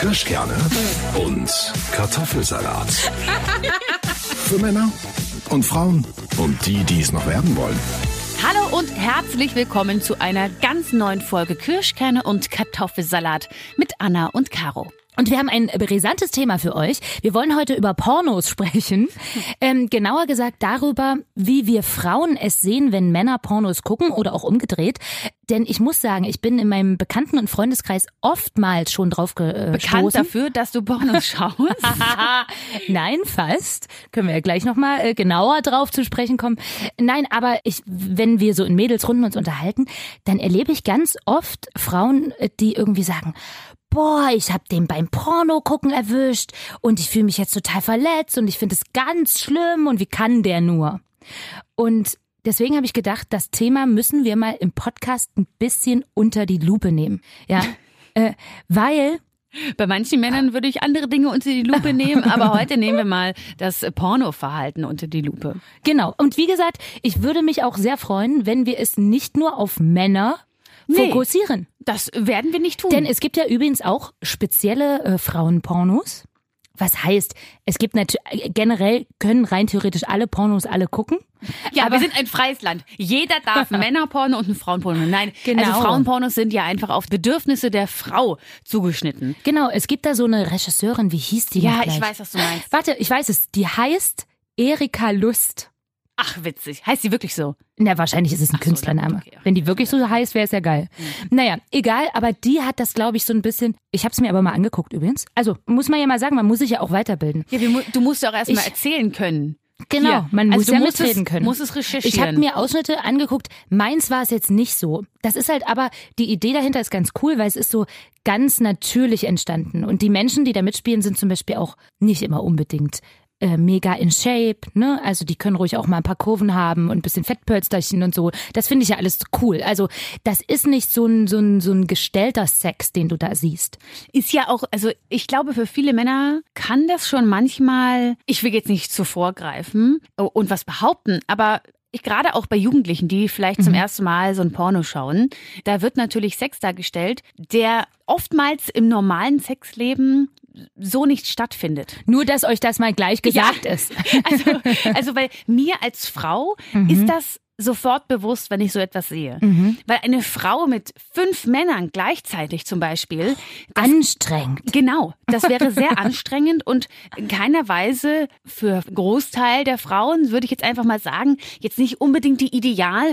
Kirschkerne und Kartoffelsalat. Für Männer und Frauen und die, die es noch werden wollen. Hallo und herzlich willkommen zu einer ganz neuen Folge Kirschkerne und Kartoffelsalat mit Anna und Caro. Und wir haben ein brisantes Thema für euch. Wir wollen heute über Pornos sprechen. Ähm, genauer gesagt darüber, wie wir Frauen es sehen, wenn Männer Pornos gucken oder auch umgedreht. Denn ich muss sagen, ich bin in meinem Bekannten- und Freundeskreis oftmals schon drauf äh, gestoßen. Bekannt dafür, dass du Pornos schaust. Nein, fast. Können wir ja gleich nochmal äh, genauer drauf zu sprechen kommen. Nein, aber ich, wenn wir so in Mädelsrunden uns unterhalten, dann erlebe ich ganz oft Frauen, äh, die irgendwie sagen, boah, ich hab den beim Porno gucken erwischt und ich fühle mich jetzt total verletzt und ich finde es ganz schlimm und wie kann der nur? Und deswegen habe ich gedacht, das Thema müssen wir mal im Podcast ein bisschen unter die Lupe nehmen. Ja, äh, weil Bei manchen Männern würde ich andere Dinge unter die Lupe nehmen, aber heute nehmen wir mal das Pornoverhalten unter die Lupe. Genau. Und wie gesagt, ich würde mich auch sehr freuen, wenn wir es nicht nur auf Männer Nee. Oh. fokussieren. Das werden wir nicht tun. Denn es gibt ja übrigens auch spezielle äh, Frauenpornos. Was heißt, es gibt natürlich, generell können rein theoretisch alle Pornos alle gucken. Ja, wir sind ein freies Land. Jeder darf ein Männerporno und ein Frauenporno. Nein, Genau. also Frauenpornos sind ja einfach auf Bedürfnisse der Frau zugeschnitten. Genau, es gibt da so eine Regisseurin, wie hieß die? Ja, noch ich gleich? weiß, was du meinst. Warte, ich weiß es. Die heißt Erika Lust. Ach, witzig. Heißt sie wirklich so? Na, wahrscheinlich ist es ein so, Künstlername. okay, Mhm. ja. Wenn die wirklich so heißt, wäre es ja geil. Naja, egal, aber die hat das, glaube ich, so ein bisschen. Ich habe es mir aber mal angeguckt übrigens. Also muss man ja mal sagen, man muss sich ja auch weiterbilden. Ja, wir mu- du musst ja auch erstmal Ich- erzählen können. Genau, Hier. man Also muss du ja musst mitreden es, können. musst es recherchieren. ich habe mir Ausschnitte angeguckt. Meins war es jetzt nicht so. Das ist halt aber, die Idee dahinter ist ganz cool, weil es ist so ganz natürlich entstanden. Und die Menschen, die da mitspielen, sind zum Beispiel auch nicht immer unbedingt äh, mega in Shape, ne? Also die können ruhig auch mal ein paar Kurven haben und ein bisschen Fettpölsterchen und so. Das finde ich ja alles cool. Also das ist nicht so ein, so ein, so ein gestellter Sex, den du da siehst. ist ja auch, also ich glaube, für viele Männer kann das schon manchmal, ich will jetzt nicht zuvorgreifen und was behaupten, aber ich gerade auch bei Jugendlichen, die vielleicht zum ersten Mal so ein Porno schauen, da wird natürlich Sex dargestellt, der oftmals im normalen Sexleben so nicht stattfindet. Nur, dass euch das mal gleich gesagt ist. Also, also weil mir als Frau ist das sofort bewusst, wenn ich so etwas sehe. Weil eine Frau mit fünf Männern gleichzeitig zum Beispiel, das Anstrengend. Genau, das wäre sehr anstrengend und in keiner Weise für Großteil der Frauen, würde ich jetzt einfach mal sagen, jetzt nicht unbedingt die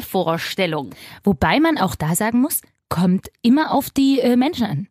Idealvorstellung. Wobei man auch da sagen muss, kommt immer auf die äh, Menschen an.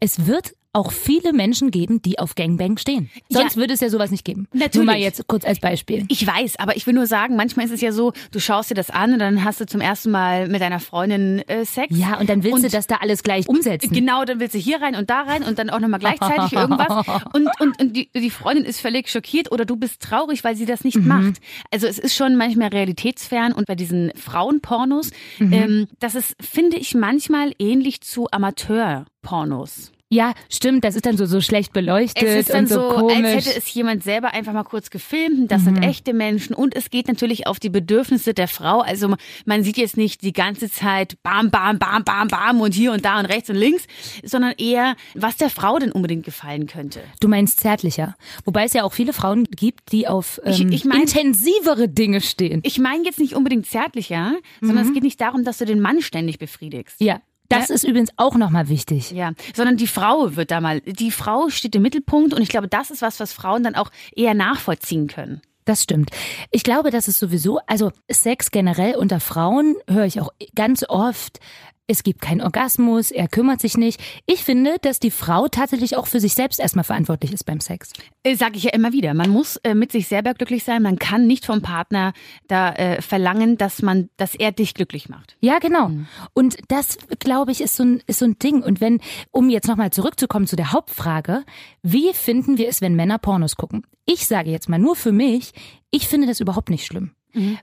Es wird auch viele Menschen geben, die auf Gangbang stehen. Ja. Sonst würde es ja sowas nicht geben. Nur Natürlich. mal jetzt kurz als Beispiel. Ich weiß, aber ich will nur sagen, manchmal ist es ja so, du schaust dir das an und dann hast du zum ersten Mal mit deiner Freundin äh, Sex. Ja, und dann willst du Und- das da alles gleich umsetzen. Genau, dann willst du hier rein und da rein und dann auch nochmal gleichzeitig irgendwas. Und, und, und die, die Freundin ist völlig schockiert oder du bist traurig, weil sie das nicht macht. Also es ist schon manchmal realitätsfern und bei diesen Frauenpornos, ähm, das ist, finde ich, manchmal ähnlich zu Amateurpornos. Ja, stimmt, das ist dann so, so schlecht beleuchtet Es ist dann und so, so, komisch. Mhm. als hätte es jemand selber einfach mal kurz gefilmt. und Das sind echte Menschen und es geht natürlich auf die Bedürfnisse der Frau. Also ma- man sieht jetzt nicht die ganze Zeit bam, bam, bam, bam, bam und hier und da und rechts und links, sondern eher, was der Frau denn unbedingt gefallen könnte. du meinst zärtlicher. Wobei es ja auch viele Frauen gibt, die auf Ich- ähm, ich mein- intensivere Dinge stehen. Ich meine jetzt nicht unbedingt zärtlicher, sondern Mhm. es geht nicht darum, dass du den Mann ständig befriedigst. ja, das ist übrigens auch nochmal wichtig. Ja, sondern die Frau wird da mal, die Frau steht im Mittelpunkt und ich glaube, das ist was, was Frauen dann auch eher nachvollziehen können. Das stimmt. Ich glaube, das ist sowieso, also Sex generell unter Frauen höre ich auch ganz oft. Es gibt keinen Orgasmus, er kümmert sich nicht. Ich finde, dass die Frau tatsächlich auch für sich selbst erstmal verantwortlich ist beim Sex. Äh, Sag ich ja immer wieder. Man muss äh, mit sich selber glücklich sein. Man kann nicht vom Partner da äh, verlangen, dass man, dass er dich glücklich macht. Ja, genau. Und das, glaube ich, ist so, ein, ist so ein Ding. Und wenn, um jetzt nochmal zurückzukommen zu der Hauptfrage, wie finden wir es, wenn Männer Pornos gucken? Ich sage jetzt mal nur für mich, ich finde das überhaupt nicht schlimm.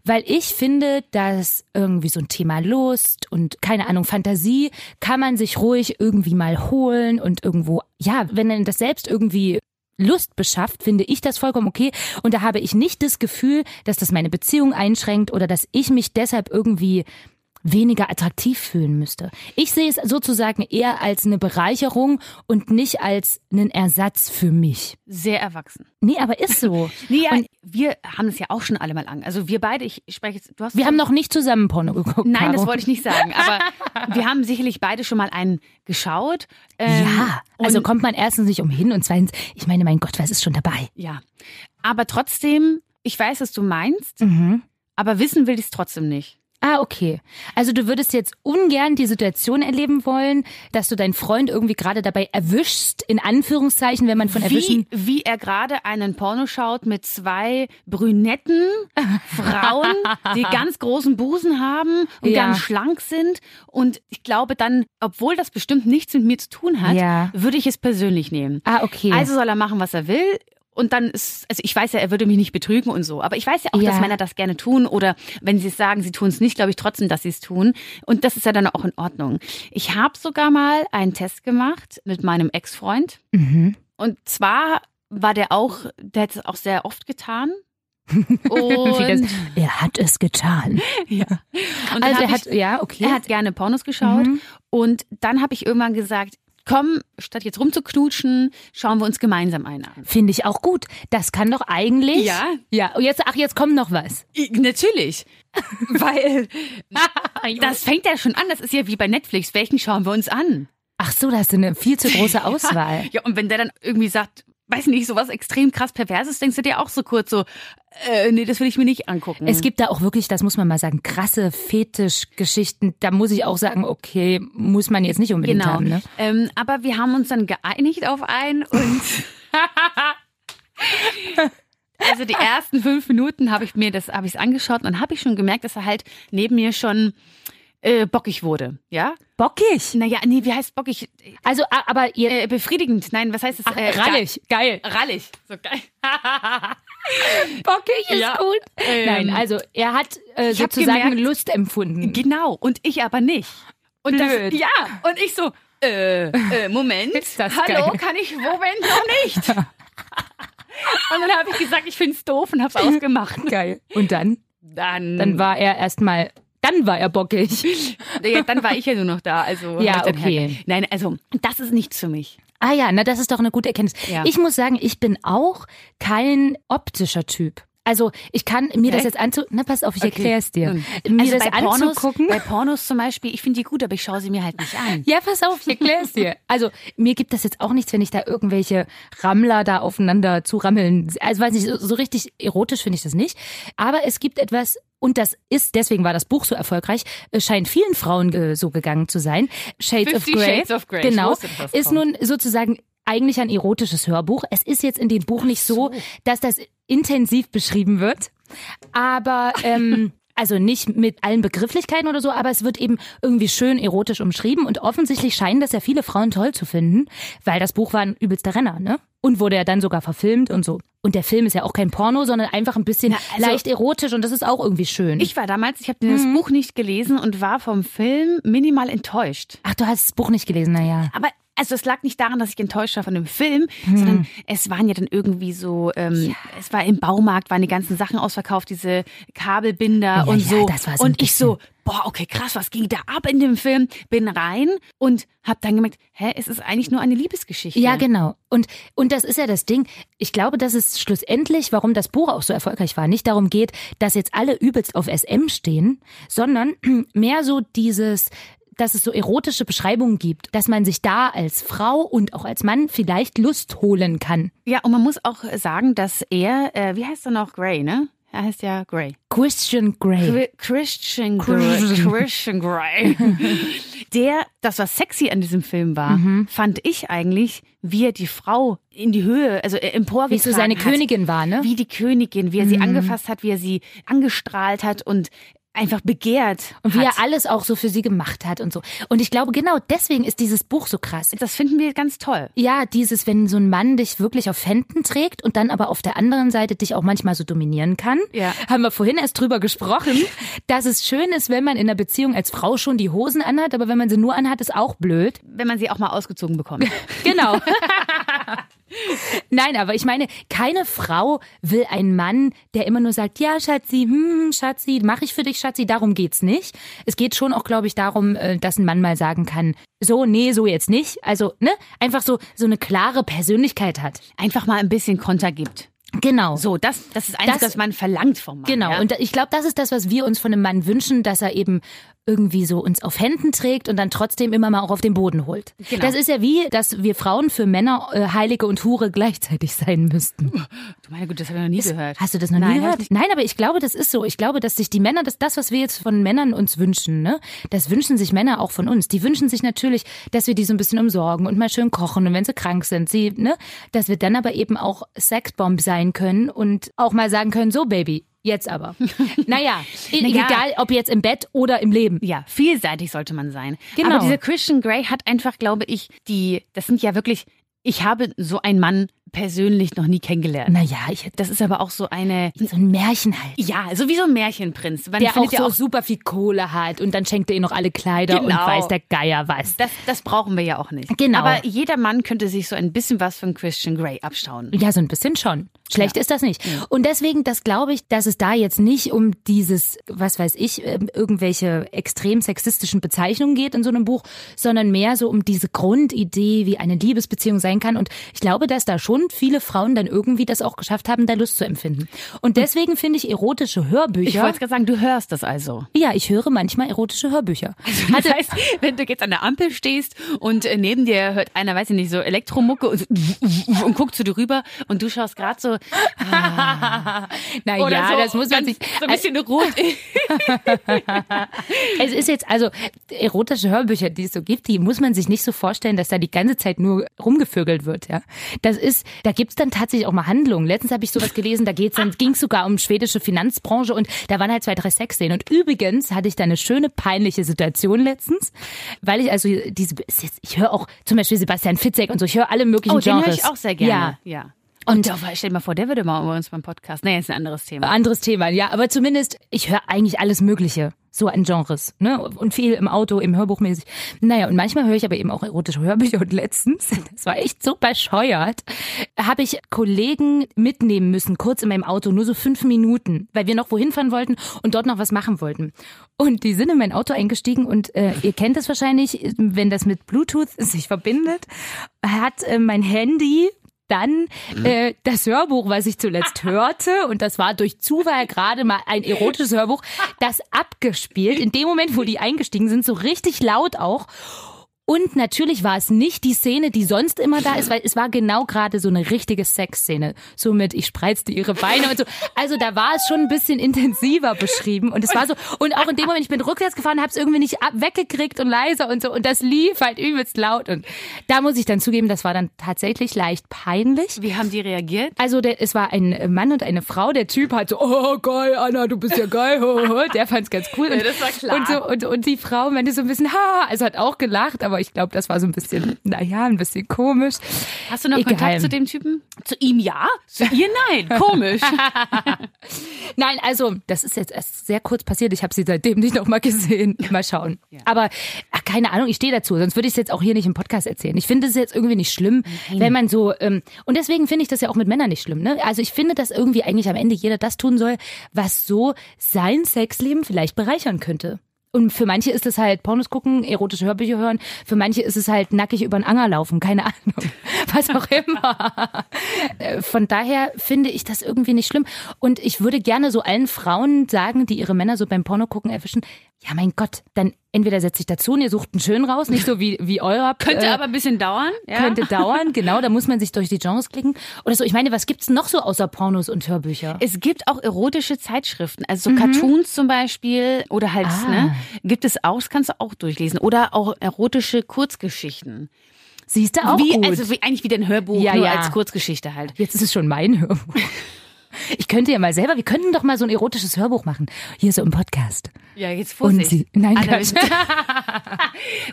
Weil ich finde, dass irgendwie so ein Thema Lust und keine Ahnung, Fantasie kann man sich ruhig irgendwie mal holen und irgendwo, ja, wenn denn das selbst irgendwie Lust beschafft, finde ich das vollkommen okay. Und da habe ich nicht das Gefühl, dass das meine Beziehung einschränkt oder dass ich mich deshalb irgendwie weniger attraktiv fühlen müsste. Ich sehe es sozusagen eher als eine Bereicherung und nicht als einen Ersatz für mich. Sehr erwachsen. Nee, aber ist so. Nee, ja, Und wir haben es ja auch schon alle mal an. Also wir beide, ich spreche jetzt, du hast wir haben noch nicht zusammen Porno geguckt. Nein, das Caro. wollte ich nicht sagen, aber wir haben sicherlich beide schon mal einen geschaut. Ähm, Ja, also und- kommt man erstens nicht umhin und zweitens, ich meine, mein Gott, was ist schon dabei? Ja. Aber trotzdem, ich weiß, was du meinst, Mhm. aber wissen will ich es trotzdem nicht. Ah, okay. Also du würdest jetzt ungern die Situation erleben wollen, dass du deinen Freund irgendwie gerade dabei erwischst, in Anführungszeichen, wenn man von Wie, erwischen. wie er gerade einen Porno schaut mit zwei brünetten Frauen, die ganz großen Busen haben und Ja. ganz schlank sind. Und ich glaube dann, obwohl das bestimmt nichts mit mir zu tun hat, Ja. würde ich es persönlich nehmen. Ah, okay. Also soll er machen, was er will. Und dann ist, also ich weiß ja, er würde mich nicht betrügen und so. Aber ich weiß ja auch, Ja. dass Männer das gerne tun. Oder wenn sie es sagen, sie tun es nicht, glaube ich trotzdem, dass sie es tun. Und das ist ja dann auch in Ordnung. Ich habe sogar mal einen Test gemacht mit meinem Ex-Freund. Mhm. Und zwar war der auch, der hat es auch sehr oft getan. Wie das, Und, er hat es getan. ja. und dann also hab er ich- hat, ja, okay. er hat gerne Pornos geschaut. Mhm. Und dann habe ich irgendwann gesagt, komm, statt jetzt rumzuknutschen, schauen wir uns gemeinsam einen an. Finde ich auch gut. Das kann doch eigentlich. Ja. Ja. Und jetzt, ach, jetzt kommt noch was. I- Natürlich. Weil das fängt ja schon an. Das ist ja wie bei Netflix. Welchen schauen wir uns an? ach so, da hast du eine viel zu große Auswahl. Ja, und wenn der dann irgendwie sagt, weiß nicht, sowas extrem krass Perverses, denkst du dir auch so kurz so, äh, nee, das will ich mir nicht angucken. Es gibt da auch wirklich, das muss man mal sagen, krasse Fetischgeschichten. Da muss ich auch sagen, okay, muss man jetzt nicht unbedingt genau. haben. Ne? ähm, aber wir haben uns dann geeinigt auf einen und. Also die ersten fünf Minuten habe ich mir das, habe ich es angeschaut und habe ich schon gemerkt, dass er halt neben mir schon äh, bockig wurde, ja? Bockig. Naja, nee, wie heißt bockig? Also, a- aber ihr, Äh, befriedigend, nein, was heißt das? äh, rallig, geil. Rallig, so geil. Bockig ist Ja. gut. Ähm, Nein, also er hat äh, hab sozusagen gemerkt- Lust empfunden. Genau, und ich aber nicht. Und Blöd. Das, ja, und ich so, äh, äh Moment, Ist das hallo, geil. kann ich, Moment, noch nicht. Und dann habe ich gesagt, ich find's doof und hab's ausgemacht. Geil. Und dann? Dann, Dann war er erstmal, dann war er bockig. ja, dann war ich ja nur noch da. Also Ja, hab ich dann okay. herge- Nein, also das ist nichts für mich. Ah ja, na das ist doch eine gute Erkenntnis. Ja. Ich muss sagen, ich bin auch kein optischer Typ. Also ich kann mir das Okay. jetzt anzu... Na pass auf, ich Okay. erkläre es dir. Nun, Mir also das bei Pornos, anzugucken... Bei Pornos zum Beispiel, ich finde die gut, aber ich schaue sie mir halt nicht an. Ja, pass auf, ich erkläre es dir. Also mir gibt das jetzt auch nichts, wenn ich da irgendwelche Rammler da aufeinander zurammeln. Also weiß nicht, so, so richtig erotisch finde ich das nicht. Aber es gibt etwas. Und das ist, deswegen war das Buch so erfolgreich, äh, scheint vielen Frauen äh, so gegangen zu sein. Shades of Fifty Grey. Shades of Grey. Ich Genau. wusste, dass das Ist nun sozusagen eigentlich ein erotisches Hörbuch. Es ist jetzt in dem Buch nicht so, dass das intensiv beschrieben wird. Aber ähm, also nicht mit allen Begrifflichkeiten oder so, aber es wird eben irgendwie schön erotisch umschrieben und offensichtlich scheinen das ja viele Frauen toll zu finden, weil das Buch war ein übelster Renner, ne? Und wurde ja dann sogar verfilmt und so. Und der Film ist ja auch kein Porno, sondern einfach ein bisschen also- leicht erotisch und das ist auch irgendwie schön. Ich war damals, ich habe das Mhm. Buch nicht gelesen und war vom Film minimal enttäuscht. Ach, du hast das Buch nicht gelesen, naja. Aber also es lag nicht daran, dass ich enttäuscht war von dem Film, Hm. sondern es waren ja dann irgendwie so, ähm, es war im Baumarkt, waren die ganzen Sachen ausverkauft, diese Kabelbinder und ja, so. das war so ein und ich so, boah, okay, krass, was ging da ab in dem Film? Bin rein und hab dann gemerkt, hä, es ist eigentlich nur eine Liebesgeschichte. Ja, genau. Und, und das ist ja das Ding. Ich glaube, dass es schlussendlich, warum das Buch auch so erfolgreich war, nicht darum geht, dass jetzt alle übelst auf SM stehen, sondern mehr so dieses, dass es so erotische Beschreibungen gibt, dass man sich da als Frau und auch als Mann vielleicht Lust holen kann. Ja, und man muss auch sagen, dass er, äh, wie heißt er noch, Grey, ne? Er heißt ja Grey. Christian Grey. Chri- Christian Grey. Christian Grey. Der, das was sexy an diesem Film war, Mhm. fand ich eigentlich, wie er die Frau in die Höhe, also äh, emporgetragen Wie so seine hat. Königin war, ne? Mhm. Wie die Königin, wie er sie angefasst hat, wie er sie angestrahlt hat und einfach begehrt Und wie hat. er alles auch so für sie gemacht hat und so. Und ich glaube, genau deswegen ist dieses Buch so krass. Das finden wir ganz toll. Ja, dieses, wenn so ein Mann dich wirklich auf Händen trägt und dann aber auf der anderen Seite dich auch manchmal so dominieren kann. Ja. Haben wir vorhin erst drüber gesprochen, dass es schön ist, wenn man in einer Beziehung als Frau schon die Hosen anhat, aber wenn man sie nur anhat, ist auch blöd. Wenn man sie auch mal ausgezogen bekommt. Genau. Nein, aber ich meine, keine Frau will einen Mann, der immer nur sagt, ja, Schatzi, hm, Schatzi, mache ich für dich, Schatzi, darum geht's nicht. Es geht schon auch, glaube ich, darum, äh, dass ein Mann mal sagen kann, so, nee, so jetzt nicht. Also, ne, einfach so, so eine klare Persönlichkeit hat. Einfach mal ein bisschen Konter gibt. Genau. So, das, das ist eins, das, Das- was man verlangt vom Mann. Genau. Ja? Und da- ich glaube, das ist das, was wir uns von einem Mann wünschen, dass er eben irgendwie so uns auf Händen trägt und dann trotzdem immer mal auch auf den Boden holt. Genau. Das ist ja wie, dass wir Frauen für Männer äh, Heilige und Hure gleichzeitig sein müssten. du meine Güte, das habe ich noch nie gehört. Hast du das noch Nein, nie hab ich gehört? Nein, aber ich glaube, das ist so. Ich glaube, dass sich die Männer, das, das, was wir jetzt von Männern uns wünschen, ne, das wünschen sich Männer auch von uns. Die wünschen sich natürlich, dass wir die so ein bisschen umsorgen und mal schön kochen und wenn sie krank sind, sie, ne, dass wir dann aber eben auch Sexbomb sein können und auch mal sagen können, so Baby, jetzt aber. naja, e- Naja. egal ob jetzt im Bett oder im Leben. Ja, vielseitig sollte man sein. Genau. Aber diese Christian Grey hat einfach, glaube ich, die, das sind ja wirklich, ich habe so einen Mann persönlich noch nie kennengelernt. Naja, ich hätte Das ist aber auch so eine, so ein Märchen halt. ja, sowieso ein Märchenprinz. Man Der auch findet ja so super viel Kohle hat und dann schenkt er ihm noch alle Kleider und Genau. weiß der Geier was. das, das brauchen wir ja auch nicht. Genau. Aber jeder Mann könnte sich so ein bisschen was von Christian Grey abschauen. Ja, so ein bisschen schon. Schlecht ist das nicht. Und deswegen, das glaube ich, dass es da jetzt nicht um dieses, was weiß ich, ähm, irgendwelche extrem sexistischen Bezeichnungen geht in so einem Buch, sondern mehr so um diese Grundidee, wie eine Liebesbeziehung sein kann. Und ich glaube, dass da schon viele Frauen dann irgendwie das auch geschafft haben, da Lust zu empfinden. Und deswegen finde ich erotische Ich Hörbücher. wollte gerade sagen, du hörst das also. ja, ich höre manchmal erotische Hörbücher. Das heißt, wenn du jetzt an der Ampel stehst und äh, neben dir hört einer, weiß ich nicht, so Elektromucke und, und guckt zu dir rüber und du schaust gerade so, Na oder ja, so, das muss man ganz- sich. so ein bisschen rot. Es ist jetzt, also erotische Hörbücher, die es so gibt, die muss man sich nicht so vorstellen, dass da die ganze Zeit nur rumgevögelt wird, ja. Das ist, da gibt's dann tatsächlich auch mal Handlungen. Letztens habe ich sowas gelesen, da geht's dann, ging's sogar um schwedische Finanzbranche und da waren halt zwei, drei Sexszenen. Und übrigens hatte ich da eine schöne, peinliche Situation letztens, weil ich also diese, ich höre auch zum Beispiel Sebastian Fitzek und so, ich höre alle möglichen Oh, den Genres. höre ich auch sehr gerne. Ja. Ja. Und ja. stell dir mal vor, der würde mal bei uns beim Podcast. Naja, ist ein anderes Thema. anderes Thema, ja. Aber zumindest, ich höre eigentlich alles Mögliche. So an Genres, ne? Und viel im Auto, im Hörbuch mäßig. Naja, und manchmal höre ich aber eben auch erotische Hörbücher. Und letztens, das war echt so bescheuert, habe ich Kollegen mitnehmen müssen, kurz in meinem Auto, nur so fünf Minuten, weil wir noch wohin fahren wollten und dort noch was machen wollten. Und die sind in mein Auto eingestiegen und äh, ihr kennt es wahrscheinlich, wenn das mit Bluetooth sich verbindet, hat äh, mein Handy dann äh, das Hörbuch, was ich zuletzt hörte, und das war durch Zufall gerade mal ein erotisches Hörbuch, das abgespielt, in dem Moment, wo die eingestiegen sind, so richtig laut auch. Und natürlich war es nicht die Szene, die sonst immer da ist, weil es war genau gerade so eine richtige Sexszene. So mit, ich spreizte ihre Beine und so. Also da war es schon ein bisschen intensiver beschrieben. Und es war so, und auch in dem Moment, ich bin rückwärts gefahren, hab's irgendwie nicht ab, weggekriegt und leiser und so. Und das lief halt übelst laut. Und da muss ich dann zugeben, das war dann tatsächlich leicht peinlich. Wie haben die reagiert? Also der, es war ein Mann und eine Frau. Der Typ hat so, oh geil, Anna, du bist ja geil. ho, ho. Der fand's ganz cool. Und, Ja, das war klar. Und, so, und, und die Frau meinte so ein bisschen, ha, also hat auch gelacht, aber ich glaube, das war so ein bisschen, naja, ein bisschen komisch. Hast du noch Egal. Kontakt zu dem Typen? Zu ihm ja, zu ihr nein. Komisch. Nein, also das ist jetzt erst sehr kurz passiert. Ich habe sie seitdem nicht nochmal gesehen. Mal schauen. Aber ach, keine Ahnung, ich stehe dazu. Sonst würde ich es jetzt auch hier nicht im Podcast erzählen. Ich finde es jetzt irgendwie nicht schlimm, wenn man so ähm, und deswegen finde ich das ja auch mit Männern nicht schlimm. Ne? Also ich finde, dass irgendwie eigentlich am Ende jeder das tun soll, was so sein Sexleben vielleicht bereichern könnte. Und für manche ist es halt Pornos gucken, erotische Hörbücher hören. Für manche ist es halt nackig über den Anger laufen, keine Ahnung. Was auch immer. Äh, Von daher finde ich das irgendwie nicht schlimm. Und ich würde gerne so allen Frauen sagen, die ihre Männer so beim Porno gucken erwischen, ja mein Gott, dann entweder setzt sich dazu und ihr sucht einen schön raus, nicht so wie, wie eurer. Könnte äh, aber ein bisschen dauern. Ja? Könnte dauern, genau, da muss man sich durch die Genres klicken. Oder so, ich meine, was gibt's noch so außer Pornos und Hörbücher? Es gibt auch erotische Zeitschriften, also so Cartoons zum Beispiel oder halt, Ah. ne, gibt es auch, das kannst du auch durchlesen. Oder auch erotische Kurzgeschichten. Siehst du auch wie, gut. also wie, eigentlich wie dein Hörbuch, Ja, nur ja. als Kurzgeschichte halt. Jetzt ist es schon mein Hörbuch. Ich könnte ja mal selber, wir könnten doch mal so ein erotisches Hörbuch machen. Hier so im Podcast. Ja, jetzt Und Vorsicht. sie. Nein, Anna, Quatsch.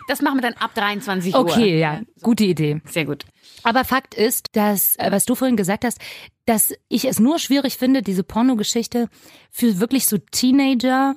das machen wir dann ab 23 Uhr. Okay, ja, gute Idee. Sehr gut. Aber Fakt ist, dass, äh, was du vorhin gesagt hast, dass ich es nur schwierig finde, diese Pornogeschichte für wirklich so Teenager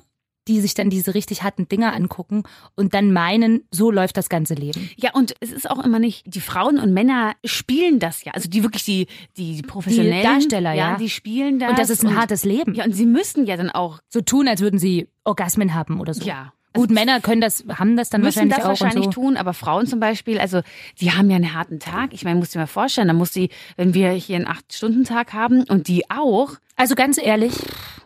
die sich dann diese richtig harten Dinger angucken und dann meinen, so läuft das ganze Leben. Ja, und es ist auch immer nicht, die Frauen und Männer spielen das ja. Also die wirklich die, die, die professionellen Die Darsteller, ja. Die spielen das. Und das ist ein hartes Leben. Ja, und sie müssten ja dann auch, So tun, als würden sie Orgasmen haben oder so. ja. Also Gut, Männer können das, haben das dann müssen wahrscheinlich das auch wahrscheinlich und so. tun, aber Frauen zum Beispiel, also die haben ja einen harten Tag. Ich meine, musst du dir mal vorstellen, dann muss die, wenn wir hier einen Acht-Stunden-Tag haben und die auch, Also ganz ehrlich,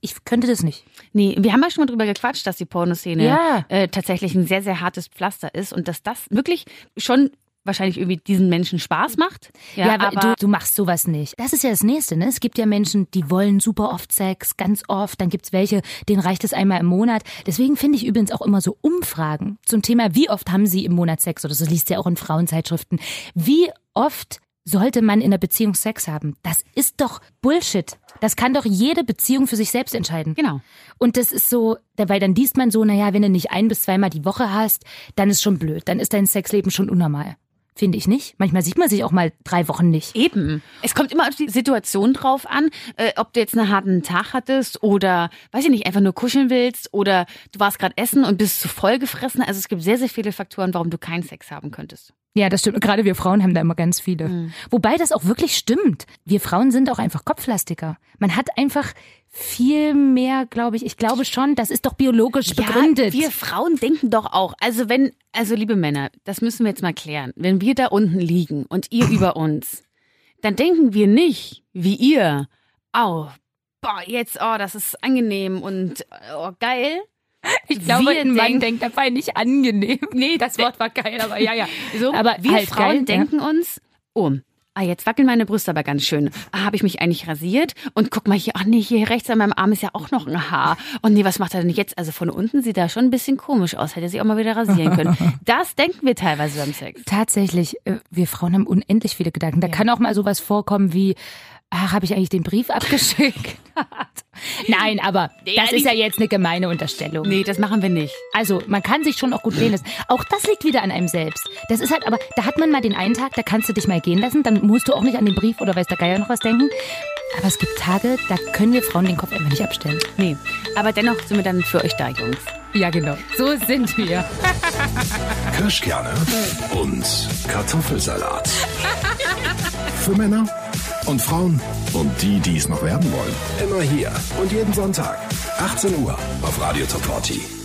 ich könnte das nicht. Nee, wir haben ja schon mal drüber gequatscht, dass die Pornoszene Ja. äh, tatsächlich ein sehr, sehr hartes Pflaster ist und dass das wirklich schon wahrscheinlich irgendwie diesen Menschen Spaß macht. Ja, aber du, du machst sowas nicht. Das ist ja das Nächste, ne? Es gibt ja Menschen, die wollen super oft Sex, ganz oft. Dann gibt's welche, denen reicht es einmal im Monat. Deswegen finde ich übrigens auch immer so Umfragen zum Thema, wie oft haben sie im Monat Sex oder so, liest ja auch in Frauenzeitschriften. Wie oft sollte man in einer Beziehung Sex haben? Das ist doch Bullshit. Das kann doch jede Beziehung für sich selbst entscheiden. Genau. Und das ist so, weil dann liest man so, naja, wenn du nicht ein bis zweimal die Woche hast, dann ist schon blöd, dann ist dein Sexleben schon unnormal. Finde ich nicht. Manchmal sieht man sich auch mal drei Wochen nicht. Eben. Es kommt immer auf die Situation drauf an, äh, ob du jetzt einen harten Tag hattest oder, weiß ich nicht, einfach nur kuscheln willst oder du warst gerade essen und bist zu voll gefressen. Also es gibt sehr, sehr viele Faktoren, warum du keinen Sex haben könntest. Ja, das stimmt. Und Gerade wir Frauen haben da immer ganz viele. Wobei das auch wirklich stimmt. Wir Frauen sind auch einfach kopflastiger. Man hat einfach viel mehr, glaube ich. Ich glaube schon, das ist doch biologisch begründet. Ja, wir Frauen denken doch auch. Also wenn, also liebe Männer, das müssen wir jetzt mal klären. Wenn wir da unten liegen und ihr über uns, dann denken wir nicht, wie ihr, au, boah, jetzt, oh, das ist angenehm und oh, geil. ich glaube, wir ein Mann denken- denkt dabei nicht angenehm. Nee, das Wort war geil, aber ja, ja. So, aber wir halt Frauen geil, ja. denken uns, oh, ah, jetzt wackeln meine Brüste aber ganz schön. Ah, habe ich mich eigentlich rasiert? Und guck mal hier, ach nee, hier rechts an meinem Arm ist ja auch noch ein Haar. Und nee, was macht er denn jetzt? Also von unten sieht er schon ein bisschen komisch aus, hätte sich auch mal wieder rasieren können. Das denken wir teilweise beim Sex. Tatsächlich, äh, wir Frauen haben unendlich viele Gedanken. Da kann auch mal sowas vorkommen wie, ach, habe ich eigentlich den Brief abgeschickt? Nein, aber das die- ist ja jetzt eine gemeine Unterstellung. Nee, das machen wir nicht. Also, man kann sich schon auch gut gehen lassen. Auch das liegt wieder an einem selbst. Das ist halt, aber da hat man mal den einen Tag, da kannst du dich mal gehen lassen, dann musst du auch nicht an den Brief oder weiß der Geier noch was denken. Aber es gibt Tage, da können wir Frauen den Kopf einfach nicht abstellen. Nee. Aber dennoch sind wir dann für euch da, Jungs. Ja, genau. So sind wir. Kirschkerne und Kartoffelsalat. Für Männer und Frauen und die, die es noch werden wollen. Immer hier und jeden Sonntag, 18 Uhr auf Radio Toporti.